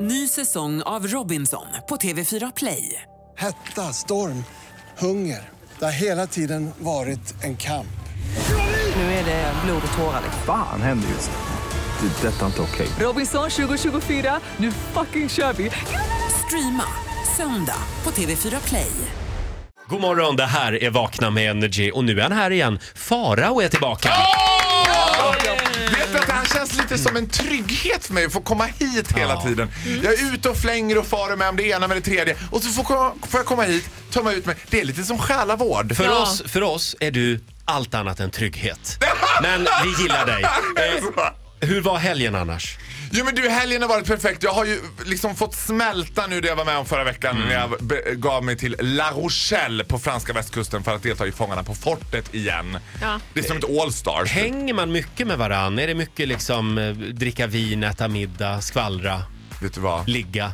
Ny säsong av Robinson på TV4 Play. Hetta, storm, hunger. Det har hela tiden varit en kamp. Nu är det blod och tårar. liksom. Fan händer just nu. Det. är Detta är inte okej. Robinson 2024, nu fucking kör vi! Streama söndag på TV4 Play. God morgon, det här är Vakna med Energy och nu är han här igen. Farao är tillbaka. Vet du att det här känns lite som en trygghet för mig att få komma hit hela tiden. Jag är ute och flänger och far med om det ena med det tredje och så får, komma- får jag komma hit, tömma ut mig. Det är lite som själavård. För, oss, för oss är du allt annat än trygghet. Men vi gillar dig. Eh, hur var helgen annars? Jo men du, helgen har varit perfekt. Jag har ju liksom fått smälta nu det jag var med om förra veckan när jag be- gav mig till La Rochelle på franska västkusten för att delta i Fångarna på fortet igen. Det är som ett All-Stars. Hänger man mycket med varann? Är det mycket liksom eh, dricka vin, äta middag, skvallra, Vet du vad? ligga?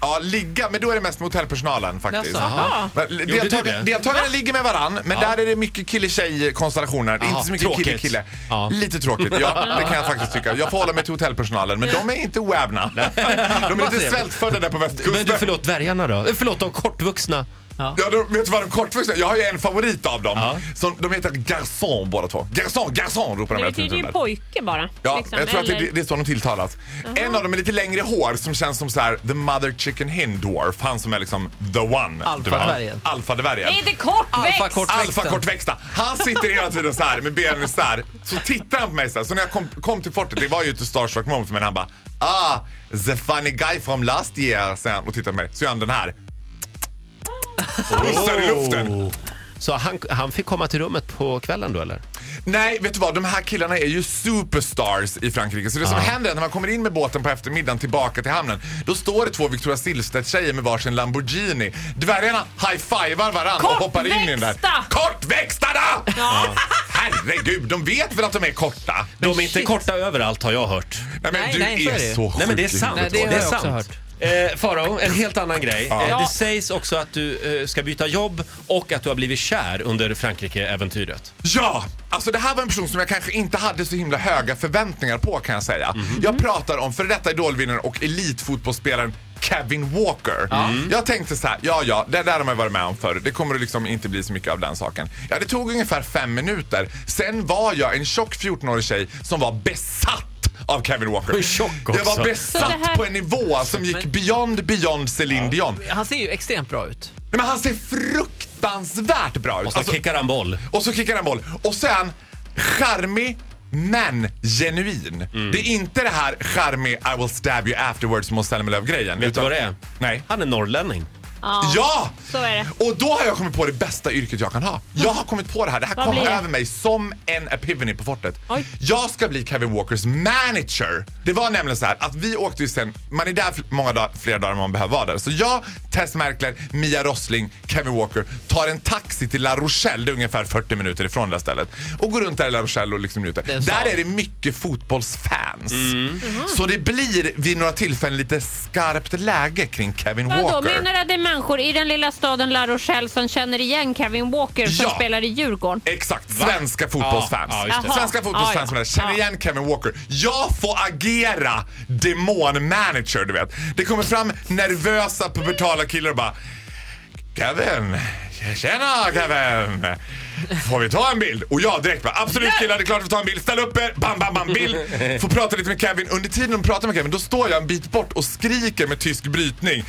Ja, ligga, men då är det mest med hotellpersonalen faktiskt. Jaså, aha. Men Gjorde du det? Deltagare, deltagarna ligger med varann, men där är det mycket kille-tjej-konstellationer. Det är Aha, inte så mycket tråkigt. kille-kille. Ja. Lite tråkigt, ja, det kan jag faktiskt tycka. Jag får hålla mig till hotellpersonalen, men de är inte oävna. De är lite trevligt. svältfödda där på Men du, västkusten. förlåt dvärgarna då? Eh, Förlåt, de kortvuxna. Ja, de, vet du vad de kortvuxna Jag har ju en favorit av dem. Ja. Som, de heter Garçon båda två. Garçon, Garçon ropar de Det hela tiden. betyder ju pojke bara. Ja, liksom, jag tror att det, eller- det är så de tilltalas. En av dem är lite längre hår som känns som så här the mother chicken hen dwarf. Han som är liksom the one. Alfadvärgen. Du vet. Alfadvärgen. Nej, det är kortväxt! Alfa kort- kortväxta. Alfakortväxta. Han sitter hela tiden så här med benen isär. Så tittar han på mig så här. Så när jag kom, kom till fortet, det var ju ett starstruck moment för mig när han bara Ah, the funny guy from last year. säger han och tittar på mig. Så gör han den här. Pussar i luften. Oh. Så han, han fick komma till rummet på kvällen då eller? Nej, vet du vad? De här killarna är ju superstars i Frankrike. Så det som händer är att när man kommer in med båten på eftermiddagen tillbaka till hamnen, då står det två Victoria Silvstedt-tjejer med varsin Lamborghini. Dvärgarna high-fivar varandra och hoppar in i den där. Kortväxta! Kortväxtarna! Ja. Herregud, de vet väl att de är korta? De är inte korta överallt har jag hört. Nej men Nej, du nej, så är, är det ju. så sjuk. Nej men det är i sant. Nej, huvudet, det Roger. har jag också sant. Eh, Farao, en helt annan grej. Eh, det sägs också att du eh, ska byta jobb och att du har blivit kär under Frankrike-äventyret. Ja! Alltså det här var en person som jag kanske inte hade så himla höga förväntningar på kan jag säga. Mhm. Jag pratar om före detta idolvinnaren och elitfotbollsspelaren Kevin Walker. Mm. Jag tänkte så här, ja ja, det där har man ju varit med om förr. Det kommer liksom inte bli så mycket av den saken. Ja, det tog ungefär fem minuter. Sen var jag en tjock 14-årig tjej som var besatt av Kevin Walker. Tjock Jag också. var Så det besatt här- på en nivå som gick beyond, beyond Celine Dion. Nej, Han ser ju extremt bra ut. men han ser fruktansvärt bra ut. Och så Alltså, kickar han boll. och så kickar han boll. Och sen charmig men genuin. Mm. Det är inte det här charmig I will stab you afterwards mot Selma Lööf-grejen. Vet du vad det är? Nej. Han är norrlänning. Ja! Så är det. Och då har jag kommit på det bästa yrket jag kan ha. Jag har kommit på det här. Det här Vad kom blir det? över mig som en epiphany på fortet. Oj. Jag ska bli Kevin Walkers manager. Det var nämligen så här att vi åkte ju sen, man är där fl- många dagar, flera dagar än man behöver vara där. Så jag, Tess Merkler, Mia Rossling, Kevin Walker tar en taxi till La Rochelle, det är ungefär 40 minuter ifrån det här stället. Och går runt där i La Rochelle och liksom njuter. Det är så. Mm. Där är det mycket fotbollsfans. Mm-hmm. Så det blir vid några tillfällen lite skarpt läge kring Kevin Vadå, Walker. menar du att det är människor i den lilla staden La Rochelle som känner igen Kevin Walker som Ja. spelar i Djurgården? Exakt, svenska fotbollsfans. Ja, ja, just det. svenska Jaha. fotbollsfans Ja, ja. som det här. känner Ja. igen Kevin Walker. Jag får agera demonmanager, du vet. Det kommer fram nervösa pubertala killar och bara Kevin, tjena Kevin. Får vi ta en bild? Och jag direkt bara absolut killar det är klart vi tar en bild. Ställ upp er, bam bam bam bild. Får prata lite med Kevin. Under tiden de pratar med Kevin då står jag en bit bort och skriker med tysk brytning.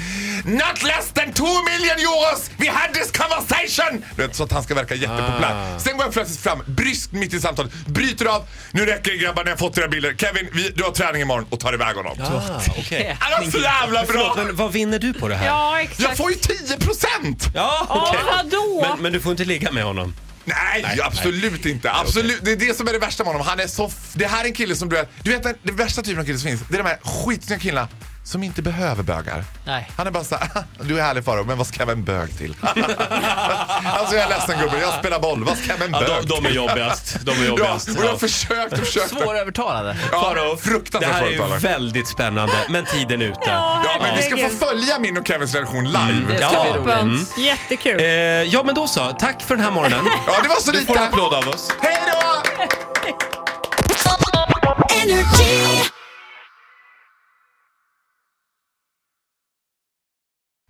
Not less than two million euros! We had this conversation! Du vet, så att han ska verka jättepopulär. Ah. Sen går jag plötsligt fram, bryskt mitt i samtalet, bryter av. Nu räcker det grabbar, ni har fått era bilder. Kevin, vi, du har träning imorgon och tar iväg honom. Ah, okej. Han var så jävla bra! Förlåt, men vad vinner du på det här? Ja, exakt. Jag får ju 10 procent! Ja, Ja, okej. vadå? Men, men du får inte ligga med honom. Nej, Nej, absolut inte. Absolut. Det är det som är det värsta med honom. Han är så... f- Det här är en kille som du vet, du vet den, den värsta typen av kille som finns. Det är de här skitsnygga killarna som inte behöver bögar. Nej. Han är bara såhär, du är härlig Farao, men vad ska jag med en bög till? alltså jag är ledsen gubben, jag spelar boll, vad ska jag med en Ja, bög de, de är till? jobbigast. De är Ja, jobbigast. och jag Ja. har försökt och försökt. Svårövertalade. Ja, Faro, Det fruktansvärt här är ju företagare. väldigt spännande, men tiden är ute. Ja, men vi ska få följa min och Kevins relation live. Det ska Ja. bli roligt. Mm. Jättekul. Eh, ja, men då så. Tack för den här morgonen. Ja, det var så Du får en lite. applåd av oss. Hej då!